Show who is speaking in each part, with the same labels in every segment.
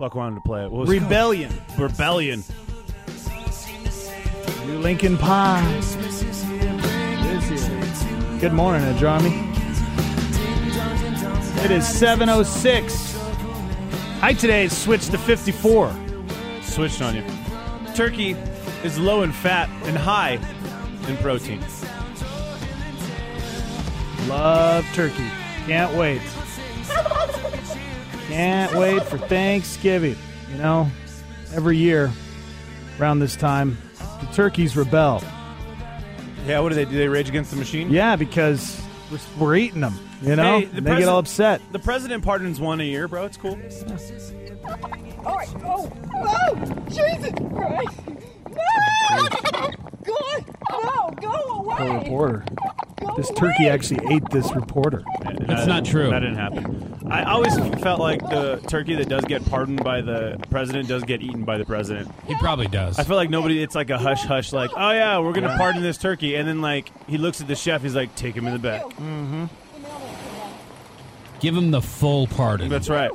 Speaker 1: Buck wanted to play it. What was it called?
Speaker 2: Rebellion.
Speaker 1: Rebellion.
Speaker 2: New Linkin Park. Good morning, Adrami. It is 7.06. I today switched to 54.
Speaker 1: Switched on you. Turkey is low in fat and high in protein.
Speaker 2: Love turkey. Can't wait. Can't wait for Thanksgiving. You know, every year around this time, the turkeys rebel.
Speaker 1: Yeah, what do they do? They rage against the machine?
Speaker 2: Yeah, because we're, we're eating them. You know,
Speaker 1: Hey, the
Speaker 2: And they get all upset.
Speaker 1: president- The president pardons one a year, bro. It's cool.
Speaker 3: All right. Oh, no! Jesus Christ! No! God, no! Go
Speaker 2: Poor
Speaker 3: away!
Speaker 2: reporter.
Speaker 3: Go
Speaker 2: This
Speaker 3: away.
Speaker 2: turkey actually ate this reporter.
Speaker 1: That's
Speaker 4: not true.
Speaker 1: That didn't happen. I always felt like the turkey that does get pardoned by the president does get eaten by the president.
Speaker 4: He probably does.
Speaker 1: I feel like nobody. It's like a hush hush. Like, oh yeah, we're gonna pardon this turkey, and then like he looks at the chef. He's like, take him in the back.
Speaker 4: Give him the full pardon.
Speaker 1: That's right.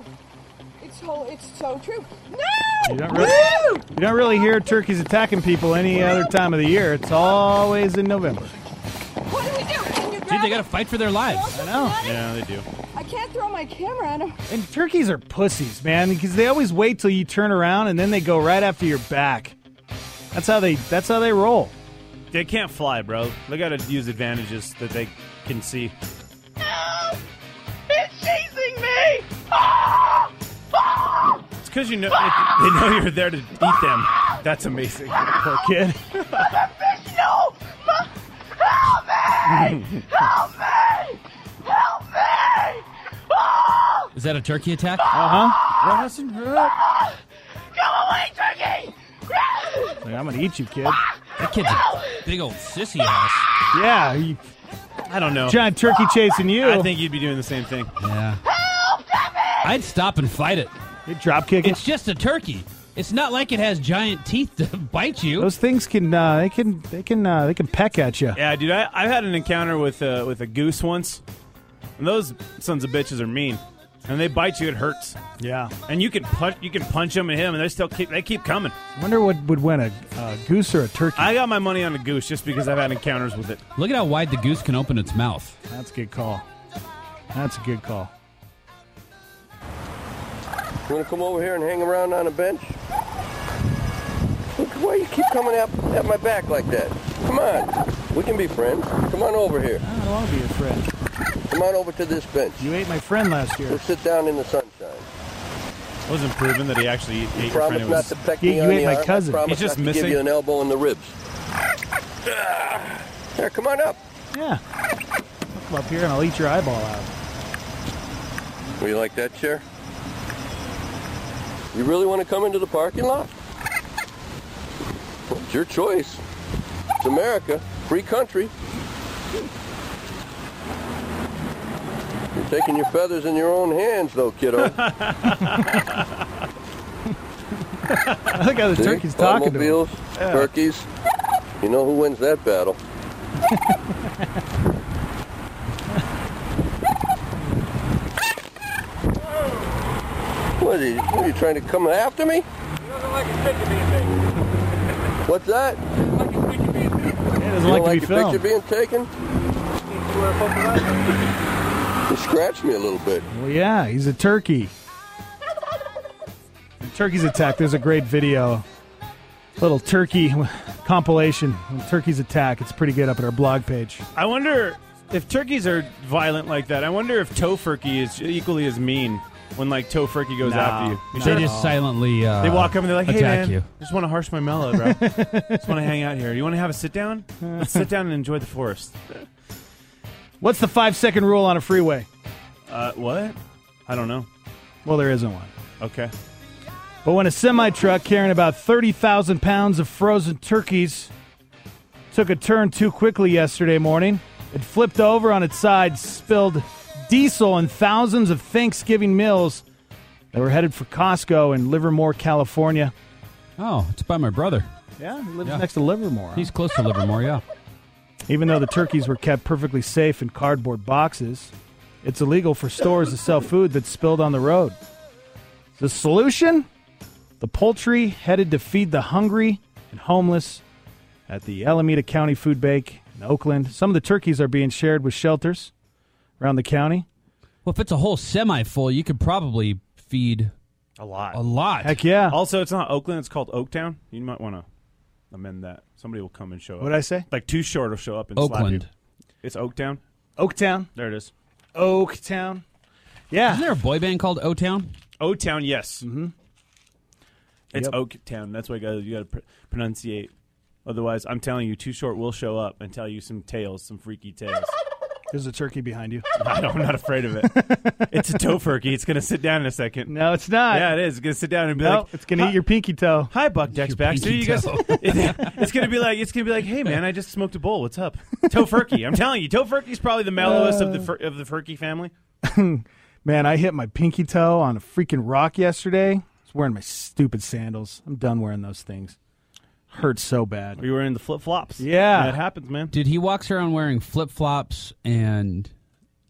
Speaker 3: It's so, it's so true.
Speaker 2: You
Speaker 3: No!
Speaker 2: don't really, you don't really hear turkeys attacking people any other time of the year. It's always in November.
Speaker 3: What do we do? Can you grab
Speaker 4: Dude, they
Speaker 3: it?
Speaker 4: got to fight for their lives.
Speaker 3: I
Speaker 2: know.
Speaker 1: Yeah, they do.
Speaker 3: I can't throw my camera at him.
Speaker 2: And turkeys are pussies, man, because they always wait till you turn around and then they go right after your back. That's how they. That's how they roll.
Speaker 1: They can't fly, bro. They gotta use advantages that they can see.
Speaker 3: No! It's chasing me!
Speaker 1: It's because you know they know you're there to eat them. That's amazing.
Speaker 2: Poor kid.
Speaker 3: No! Ma- Help me! Help me! Help me! Oh!
Speaker 4: Is that a turkey attack?
Speaker 1: Uh-huh.
Speaker 2: Uh huh.
Speaker 3: Go away, turkey!
Speaker 2: I'm gonna eat you, kid.
Speaker 4: That kid's a big old sissy ass.
Speaker 2: Yeah, you-
Speaker 1: I don't know.
Speaker 2: giant turkey chasing you.
Speaker 1: I think you'd be doing the same thing.
Speaker 4: Yeah. I'd stop and fight it.
Speaker 2: You'd drop kick it.
Speaker 4: It's just a turkey. It's not like it has giant teeth to bite you.
Speaker 2: Those things can. Uh, they can. They can. Uh, they can peck at you.
Speaker 1: Yeah, dude. I, I had an encounter with uh, with a goose once, and those sons of bitches are mean. And they bite you, it hurts.
Speaker 2: Yeah.
Speaker 1: And you can punch, you can punch them and hit them, and they still keep, they keep coming.
Speaker 2: I wonder what would win a, a goose or a turkey.
Speaker 1: I got my money on a goose just because I've had encounters with it.
Speaker 4: Look at how wide the goose can open its mouth.
Speaker 2: That's a good call. That's a good call.
Speaker 5: You want to come over here and hang around on a bench? Look, why you keep coming at, at my back like that? Come on. We can be friends. Come on over here.
Speaker 2: I don't want to be your friend.
Speaker 5: Come on over to this bench.
Speaker 2: You ate my friend last year.
Speaker 5: Let's sit down in the sunshine.
Speaker 1: It wasn't proven that he actually ate your friend.
Speaker 5: Promise
Speaker 1: It
Speaker 5: not
Speaker 1: was-
Speaker 5: to peck
Speaker 2: You-
Speaker 5: me
Speaker 2: you
Speaker 5: on
Speaker 2: ate
Speaker 5: the
Speaker 2: my
Speaker 5: arm. I
Speaker 2: cousin.
Speaker 5: Promise
Speaker 1: He's just
Speaker 5: not to
Speaker 1: missing-
Speaker 5: give you an elbow in the ribs. Here, come on up.
Speaker 2: Yeah. I'll come up here and I'll eat your eyeball out.
Speaker 5: Will Oh, you like that chair? You really want to come into the parking lot? Well, It's your choice. It's America, free country. You're taking your feathers in your own hands, though, kiddo.
Speaker 2: I look how the
Speaker 5: See?
Speaker 2: turkey's talking to him.
Speaker 5: Automobiles, turkeys. You know who wins that battle? what, are you, what are you trying to come after me? What's that?
Speaker 2: He doesn't
Speaker 5: You
Speaker 2: like
Speaker 5: don't
Speaker 2: to
Speaker 5: like
Speaker 2: be
Speaker 5: your
Speaker 2: filmed.
Speaker 5: picture being taken? You scratched me a little bit.
Speaker 2: Well, yeah, he's a turkey. The turkeys attack. There's a great video, little turkey compilation. of Turkeys attack. It's pretty good up at our blog page.
Speaker 1: I wonder if turkeys are violent like that. I wonder if tofurkey is equally as mean when like tofurkey goes
Speaker 2: No.
Speaker 1: after you. You
Speaker 2: No.
Speaker 1: sure?
Speaker 4: They just silently uh,
Speaker 1: They walk up and they're like, "Hey
Speaker 4: attack
Speaker 1: man,
Speaker 4: you.
Speaker 1: I just want a harsh marshmallow, bro. just want to hang out here. You want to have a sit down? Let's sit down and enjoy the forest."
Speaker 2: What's the five second rule on a freeway?
Speaker 1: Uh, what? I don't know.
Speaker 2: Well, there isn't one.
Speaker 1: Okay.
Speaker 2: But when a semi truck carrying about 30,000 pounds of frozen turkeys took a turn too quickly yesterday morning, it flipped over on its side, spilled diesel and thousands of Thanksgiving meals that were headed for Costco in Livermore, California.
Speaker 4: Oh, it's by my brother.
Speaker 2: Yeah, he lives
Speaker 4: Yeah.
Speaker 2: next to Livermore. huh?
Speaker 4: He's close to Livermore, yeah.
Speaker 2: Even though the turkeys were kept perfectly safe in cardboard boxes, it's illegal for stores to sell food that's spilled on the road. The solution? The poultry headed to feed the hungry and homeless at the Alameda County Food Bank in Oakland. Some of the turkeys are being shared with shelters around the county.
Speaker 4: Well, if it's a whole semi full, you could probably feed
Speaker 1: A lot.
Speaker 4: a lot.
Speaker 2: Heck yeah.
Speaker 1: Also, it's not Oakland. It's called Oaktown. You might want to amend that. Somebody will come and show up.
Speaker 2: What'd I say?
Speaker 1: Like too short will show up and slap
Speaker 4: Oakland.
Speaker 1: you. It's Oaktown.
Speaker 2: Oaktown.
Speaker 1: There it is.
Speaker 2: Oaktown.
Speaker 4: Isn't
Speaker 2: Yeah.
Speaker 4: there a boy band called O Town?
Speaker 1: Oaktown. Yes. Mm-hmm. It's
Speaker 2: Yep.
Speaker 1: Oaktown. That's why you got you to pr- pronunciate. Otherwise, I'm telling you, too short will show up and tell you some tales, some freaky tales.
Speaker 2: There's a turkey behind you.
Speaker 1: I don't, I'm not afraid of it. it's a tofurkey. It's gonna sit down in a second.
Speaker 2: No, it's not.
Speaker 1: Yeah, it is. It's gonna sit down and be
Speaker 2: No,
Speaker 1: like,
Speaker 2: it's going to eat your pinky toe.
Speaker 1: Hi, Buck Dex
Speaker 4: Your
Speaker 1: Baxter.
Speaker 4: pinky
Speaker 1: You guys,
Speaker 4: toe.
Speaker 1: it's gonna be like it's gonna be like, hey man, I just smoked a bowl. What's up, Tofurkey? I'm telling you, Tofurkey's probably the mellowest of the
Speaker 2: Uh.
Speaker 1: fur- of the Furkey family.
Speaker 2: Man, I hit my pinky toe on a freaking rock yesterday. I was wearing my stupid sandals. I'm done wearing those things. Hurts so bad.
Speaker 1: We were in the flip flops.
Speaker 2: Yeah.
Speaker 1: that happens, man.
Speaker 4: Dude, he walks around wearing flip flops and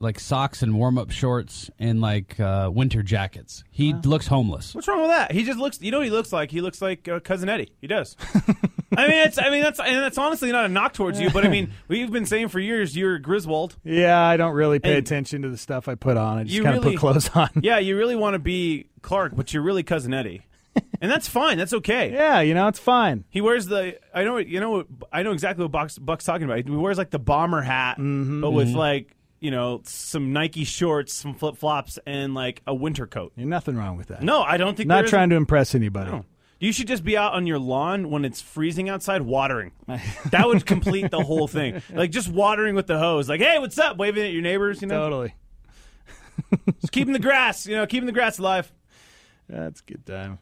Speaker 4: like socks and warm up shorts and like uh, winter jackets. He looks homeless.
Speaker 1: What's wrong with that? He just looks. You know what he looks like? He looks like uh, cousin Eddie. He does. I mean, it's. I mean, that's. And that's honestly not a knock towards you, but I mean, we've been saying for years you're Griswold.
Speaker 2: Yeah, I don't really pay
Speaker 1: And-
Speaker 2: attention to the stuff I put on. I just
Speaker 1: You
Speaker 2: kind of
Speaker 1: really-
Speaker 2: put clothes on.
Speaker 1: Yeah, you really want to be Clark, but you're really cousin Eddie, and that's fine. That's okay.
Speaker 2: Yeah, you know, it's fine.
Speaker 1: He wears the I know you know what I know exactly what Buck's, Buck's talking about. He wears like the bomber hat, but with like you know some Nike shorts, some flip flops, and like a winter coat.
Speaker 2: Ain't nothing wrong with that.
Speaker 1: No, I don't think
Speaker 2: Not
Speaker 1: there is-
Speaker 2: trying to impress anybody.
Speaker 1: No. You should just be out on your lawn when it's freezing outside, watering. that would complete the whole thing. Like just watering with the hose. Like, hey, what's up? Waving at your neighbors. You know,
Speaker 2: Totally.
Speaker 1: just keeping the grass. You know, keeping the grass alive.
Speaker 2: That's a good time.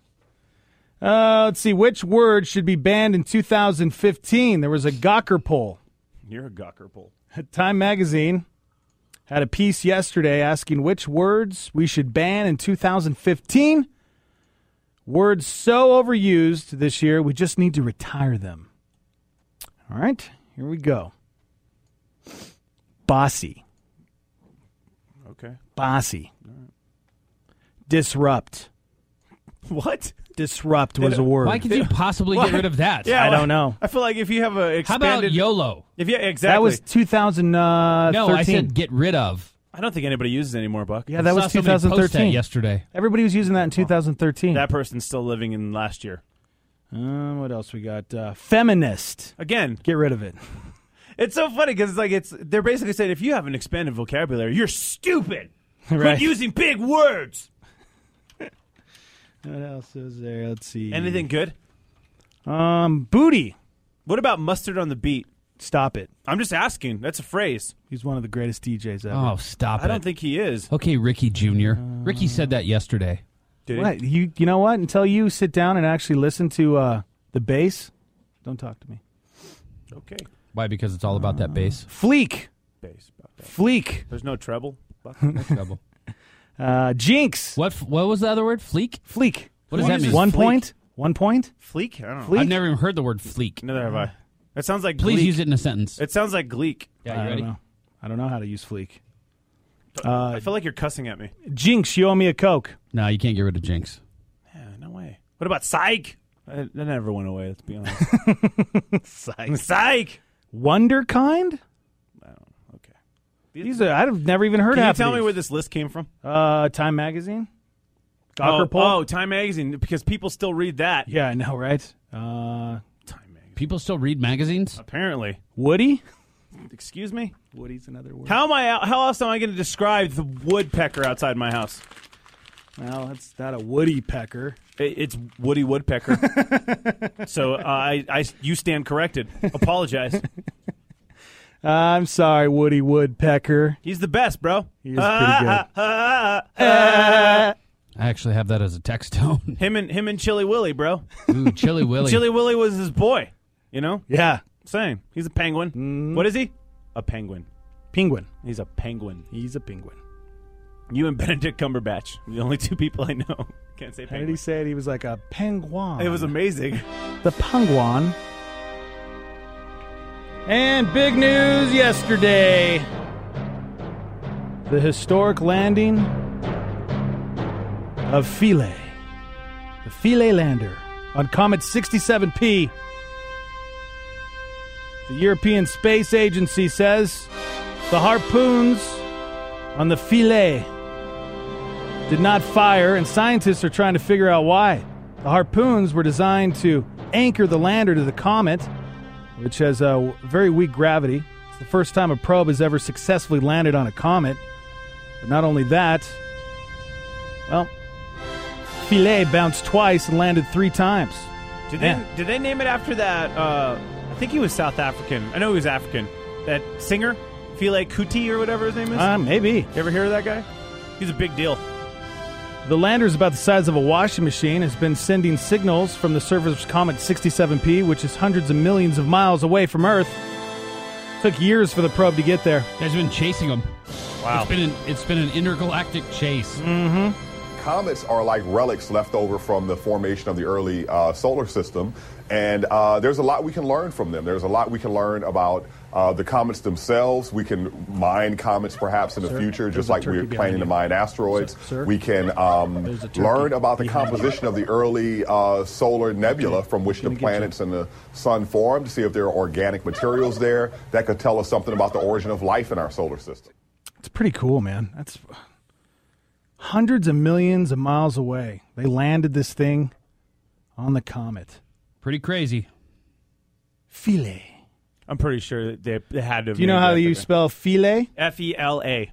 Speaker 2: Uh, let's see. Which word should be banned in 2015? There was a Gawker poll.
Speaker 1: You're a gawker pole.
Speaker 2: Time magazine had a piece yesterday asking which words we should ban in 2015. Words so overused this year, we just need to retire them. All right, here we go. Bossy,
Speaker 1: Okay.
Speaker 2: bossy. Disrupt.
Speaker 1: What?
Speaker 2: Disrupt was a word.
Speaker 4: Why could you possibly get rid of that?
Speaker 2: I don't know.
Speaker 1: I feel like if you have a
Speaker 4: How about
Speaker 1: expanded,
Speaker 4: YOLO?
Speaker 1: If yeah, exactly.
Speaker 2: That was 2013.
Speaker 4: No, I said get rid of.
Speaker 1: I don't think anybody uses it anymore, Buck.
Speaker 2: yeah, that
Speaker 4: Saw
Speaker 2: was
Speaker 4: somebody post that
Speaker 2: 2013.
Speaker 4: yesterday.
Speaker 2: Everybody was using that in 2013.
Speaker 1: That person's still living in last year.
Speaker 2: Um, what else we got? Uh, feminist.
Speaker 1: Again,
Speaker 2: Get rid of it.
Speaker 1: it's so funny because like it's they're basically saying if you have an expanded vocabulary, you're stupid.
Speaker 2: Right.
Speaker 1: Quit using big words.
Speaker 2: What else is there? Let's see.
Speaker 1: Anything good?
Speaker 2: Um, booty.
Speaker 1: What about mustard on the beat?
Speaker 2: Stop it.
Speaker 1: I'm just asking. That's a phrase.
Speaker 2: He's one of the greatest DJs ever.
Speaker 4: Oh, stop
Speaker 1: I don't
Speaker 4: it.
Speaker 1: think he is.
Speaker 4: okay, Ricky Jr. Ricky said that yesterday.
Speaker 1: Did he?
Speaker 2: What? You you know what? Until you sit down and actually listen to uh, the bass, don't talk to me.
Speaker 1: Okay.
Speaker 4: Why? Because it's all about
Speaker 2: Uh,
Speaker 4: that bass.
Speaker 2: Fleek.
Speaker 1: Bass. About that.
Speaker 2: Fleek.
Speaker 1: There's no treble. Buck.
Speaker 4: Trouble.
Speaker 2: Uh, jinx.
Speaker 4: What? f- What was the other word? Fleek.
Speaker 2: Fleek.
Speaker 4: What does that mean?
Speaker 2: One
Speaker 1: Fleek?
Speaker 2: point. One point.
Speaker 1: Fleek? I don't know.
Speaker 2: Fleek?
Speaker 4: I've never even heard the word fleek.
Speaker 1: Neither have I. That sounds like
Speaker 4: Please
Speaker 1: gleek.
Speaker 4: use it in a sentence.
Speaker 1: It sounds like gleek.
Speaker 4: yeah,
Speaker 2: I
Speaker 4: you
Speaker 2: don't
Speaker 4: ready?
Speaker 2: know. I don't know how to use fleek.
Speaker 1: I feel like you're cussing at me.
Speaker 2: Jinx, you owe me a coke.
Speaker 4: No, you can't get rid of Jinx.
Speaker 1: Yeah, no way. What about psych? I- That never went away. Let's be honest.
Speaker 2: Psych.
Speaker 1: psych.
Speaker 2: Wonderkind. Oh,
Speaker 1: Okay.
Speaker 2: These are I've never even heard
Speaker 1: Can you
Speaker 2: half
Speaker 1: tell
Speaker 2: of
Speaker 1: me
Speaker 2: these.
Speaker 1: where this list came from?
Speaker 2: uh, Time Magazine. Gawker
Speaker 1: oh,
Speaker 2: poll.
Speaker 1: oh, Time Magazine, because people still read that.
Speaker 2: Yeah, I know, right? Uh,
Speaker 1: Time Magazine.
Speaker 4: People still read magazines.
Speaker 1: Apparently.
Speaker 2: Woody.
Speaker 1: Excuse me?
Speaker 2: Woody's another word.
Speaker 1: How am I? How else am I going to describe the woodpecker outside my house?
Speaker 2: Well, that's not a Woody pecker.
Speaker 1: It, it's Woody Woodpecker. so uh, I, I, you stand corrected. Apologize.
Speaker 2: I'm sorry, Woody Woodpecker.
Speaker 1: He's the best, bro.
Speaker 2: He is pretty good.
Speaker 4: I actually have that as a text tone.
Speaker 1: Him and him and Chili Willy, bro.
Speaker 4: Ooh, Chili Willy.
Speaker 1: Chili Willy was his boy. You know,
Speaker 2: Yeah,
Speaker 1: same. He's a penguin.
Speaker 2: Mm-hmm.
Speaker 1: What is he? A penguin.
Speaker 2: penguin.
Speaker 1: He's a penguin.
Speaker 2: He's a penguin.
Speaker 1: You and Benedict Cumberbatch, the only two people I know can't say
Speaker 2: How did he
Speaker 1: penguin.
Speaker 2: say it? He was like a penguin.
Speaker 1: It was amazing.
Speaker 2: the penguin. And big news yesterday. The historic landing of Philae, the Philae lander on Comet 67P. The European Space Agency says the harpoons on the Philae did not fire, and scientists are trying to figure out why. The harpoons were designed to anchor the lander to the comet, which has a very weak gravity. It's the first time a probe has ever successfully landed on a comet. But not only that, well, Philae bounced twice and landed three times.
Speaker 1: Did they
Speaker 2: Yeah.
Speaker 1: did they name it after that? Uh, I think he was South African. I know he was African. That singer, Fela Kuti or whatever his name is.
Speaker 2: Uh, maybe.
Speaker 1: you ever hear of that guy? He's a big deal.
Speaker 2: The lander is about the size of a washing machine, has been sending signals from the surface of Comet 67P, which is hundreds of millions of miles away from Earth. Took years for the probe to get there.
Speaker 4: There's been chasing him. Wow. It's been an, it's been an intergalactic chase.
Speaker 6: comets are like relics left over from the formation of the early uh, solar system. And uh, there's a lot we can learn from them. There's a lot we can learn about uh, the comets themselves. We can mine comets perhaps in the future,
Speaker 2: there's
Speaker 6: just
Speaker 2: a
Speaker 6: like we're
Speaker 2: turkey behind
Speaker 6: planning to
Speaker 2: you.
Speaker 6: mine asteroids.
Speaker 2: Sir, sir.
Speaker 6: We can um,
Speaker 2: There's a turkey
Speaker 6: learn about the
Speaker 2: behind you.
Speaker 6: composition of the early uh, solar nebula from which the
Speaker 2: gonna get you.
Speaker 6: planets and the sun formed, see if there are organic materials there that could tell us something about the origin of life in our solar system.
Speaker 2: It's pretty cool, man. That's hundreds of millions of miles away. They landed this thing on the comet.
Speaker 4: Pretty crazy.
Speaker 2: Philae.
Speaker 1: I'm pretty sure that they, they had to.
Speaker 2: Do you know how you spell Philae?
Speaker 1: F E L A?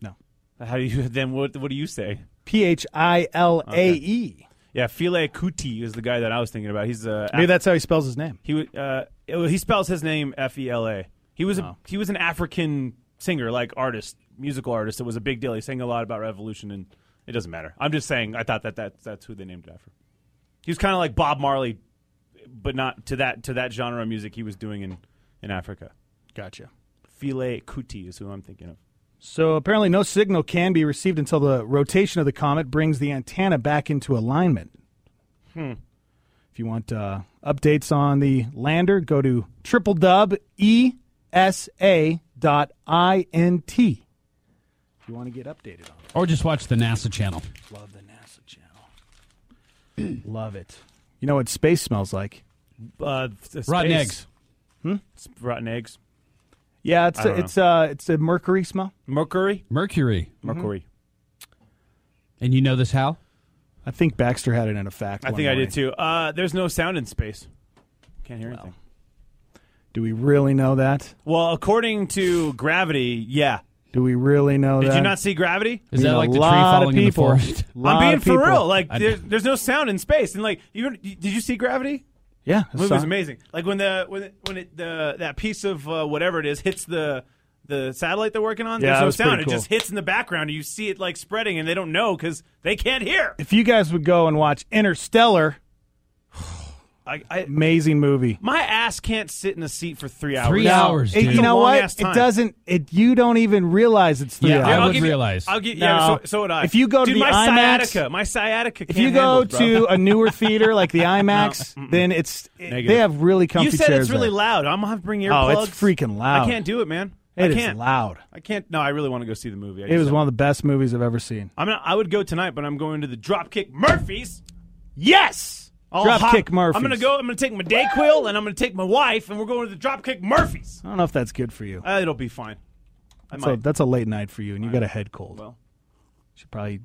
Speaker 2: No.
Speaker 1: How do you then? What what do you say?
Speaker 2: P H I L A E.
Speaker 1: Yeah, Fela Kuti is the guy that I was thinking about. He's uh,
Speaker 2: Maybe that's how he spells his name.
Speaker 1: He wa- uh, it- he spells his name F E L A. He was
Speaker 2: Oh.
Speaker 1: a, he was an African singer, like artist, musical artist. It was a big deal. He sang a lot about revolution, and it doesn't matter. I'm just saying. I thought that, that that's who they named it after. He was kind of like Bob Marley, but not to that to that genre of music he was doing in in Africa.
Speaker 2: Gotcha.
Speaker 1: File Kuti is who I'm thinking of.
Speaker 2: So apparently, no signal can be received until the rotation of the comet brings the antenna back into alignment.
Speaker 1: Hmm.
Speaker 2: If you want uh, updates on the lander, go to E triplewesa.int. If you want to get updated on
Speaker 4: Or just watch the NASA channel.
Speaker 2: it, love the NASA channel. love it. You know what space smells like?
Speaker 1: Uh, s-
Speaker 4: Rotten
Speaker 1: space. Hmm?
Speaker 4: eggs.
Speaker 1: S- Rotten eggs.
Speaker 2: Yeah, it's
Speaker 1: I
Speaker 2: a,
Speaker 1: don't know.
Speaker 2: it's uh it's a mercury smell.
Speaker 1: Mercury.
Speaker 4: Mercury.
Speaker 1: Mercury.
Speaker 4: And you know this how?
Speaker 2: I think Baxter had it in a fact.
Speaker 1: I
Speaker 2: one
Speaker 1: think I
Speaker 2: morning.
Speaker 1: did too. Uh, there's no sound in space. Can't hear anything.
Speaker 2: Do we really know that?
Speaker 1: Well, according to gravity, yeah.
Speaker 2: Do we really know
Speaker 1: Did
Speaker 2: that?
Speaker 1: you not see gravity?
Speaker 4: Is
Speaker 2: mean,
Speaker 4: that
Speaker 2: a
Speaker 4: like the tree
Speaker 2: lot of
Speaker 4: falling in the
Speaker 2: people.
Speaker 4: forest?
Speaker 2: Lot
Speaker 1: I'm
Speaker 2: of
Speaker 1: being for
Speaker 2: people.
Speaker 1: real. Like
Speaker 4: I-
Speaker 1: there, there's no sound in space, and like you did you see gravity?
Speaker 2: Yeah,
Speaker 1: The movie was amazing. Like when the when it, when it, the that piece of uh, whatever it is hits the the satellite they're working on.
Speaker 2: Yeah, that
Speaker 1: there's no
Speaker 2: was
Speaker 1: sound.
Speaker 2: pretty
Speaker 1: It just hits in the background, and you see it like spreading, and they don't know because they can't hear.
Speaker 2: If you guys would go and watch Interstellar,
Speaker 1: I, I,
Speaker 2: amazing movie.
Speaker 1: my ass can't sit in a seat for three hours.
Speaker 4: Three
Speaker 2: Now,
Speaker 4: hours,
Speaker 2: it-
Speaker 4: dude.
Speaker 2: you
Speaker 1: It's a
Speaker 2: know
Speaker 1: long
Speaker 2: what?
Speaker 1: ass
Speaker 2: It
Speaker 1: time.
Speaker 2: doesn't. It you don't even realize it's three
Speaker 4: Yeah, I
Speaker 2: hours.
Speaker 1: I'll
Speaker 4: would
Speaker 1: give you-
Speaker 4: realize.
Speaker 1: I'll get yeah.
Speaker 2: No.
Speaker 1: So, so would I.
Speaker 2: If you go to
Speaker 1: Dude,
Speaker 2: the
Speaker 1: my
Speaker 2: IMAX-
Speaker 1: sciatica, my sciatica.
Speaker 2: if
Speaker 1: can't
Speaker 2: you go
Speaker 1: handle it, bro.
Speaker 2: to a newer theater like the IMAX, then it's it-
Speaker 1: Negative.
Speaker 2: they have really comfy
Speaker 1: you said
Speaker 2: chairs.
Speaker 1: it's really
Speaker 2: there.
Speaker 1: loud. I'm gonna have to bring
Speaker 2: Oh,
Speaker 1: earplugs.
Speaker 2: it's freaking loud.
Speaker 1: I can't do it, man.
Speaker 2: It
Speaker 1: I
Speaker 2: is
Speaker 1: can't.
Speaker 2: loud.
Speaker 1: I can't. No, I really want to go see the movie. I
Speaker 2: It was one of the best movies I've ever seen.
Speaker 1: I'm not, I would go tonight, but I'm going to the Dropkick Murphys.
Speaker 2: Yes,
Speaker 1: I'll
Speaker 2: Dropkick
Speaker 1: hop-
Speaker 2: Murphy.
Speaker 1: I'm gonna go. I'm gonna take my Dayquil and I'm gonna take my wife, and we're going to the Dropkick Murphys.
Speaker 2: I don't know if that's good for you.
Speaker 1: Uh, it'll be fine. I
Speaker 2: So
Speaker 1: might.
Speaker 2: that's a late night for you, and you got a head cold.
Speaker 1: Well.
Speaker 2: should probably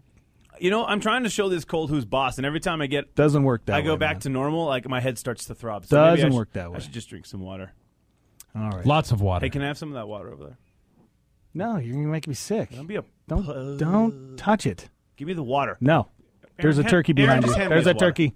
Speaker 1: you know, I'm trying to show this cold who's boss, and every time I get,
Speaker 2: doesn't work that.
Speaker 1: I go
Speaker 2: way,
Speaker 1: back
Speaker 2: man.
Speaker 1: to normal. Like my head starts to throb. So maybe I
Speaker 2: Doesn't
Speaker 1: should-
Speaker 2: work that way.
Speaker 1: I should just drink some water.
Speaker 2: All right.
Speaker 4: Lots of water.
Speaker 1: Hey, can I have some of that water over there?
Speaker 2: No, you're gonna make me sick.
Speaker 1: Don't be a
Speaker 2: Don't
Speaker 1: pu-
Speaker 2: don't touch it.
Speaker 1: Give me the water.
Speaker 2: No. There's a
Speaker 1: hand-
Speaker 2: turkey
Speaker 1: Aaron,
Speaker 2: behind
Speaker 1: just
Speaker 2: you.
Speaker 1: hand me
Speaker 2: There's
Speaker 1: the
Speaker 2: a
Speaker 1: water.
Speaker 2: turkey.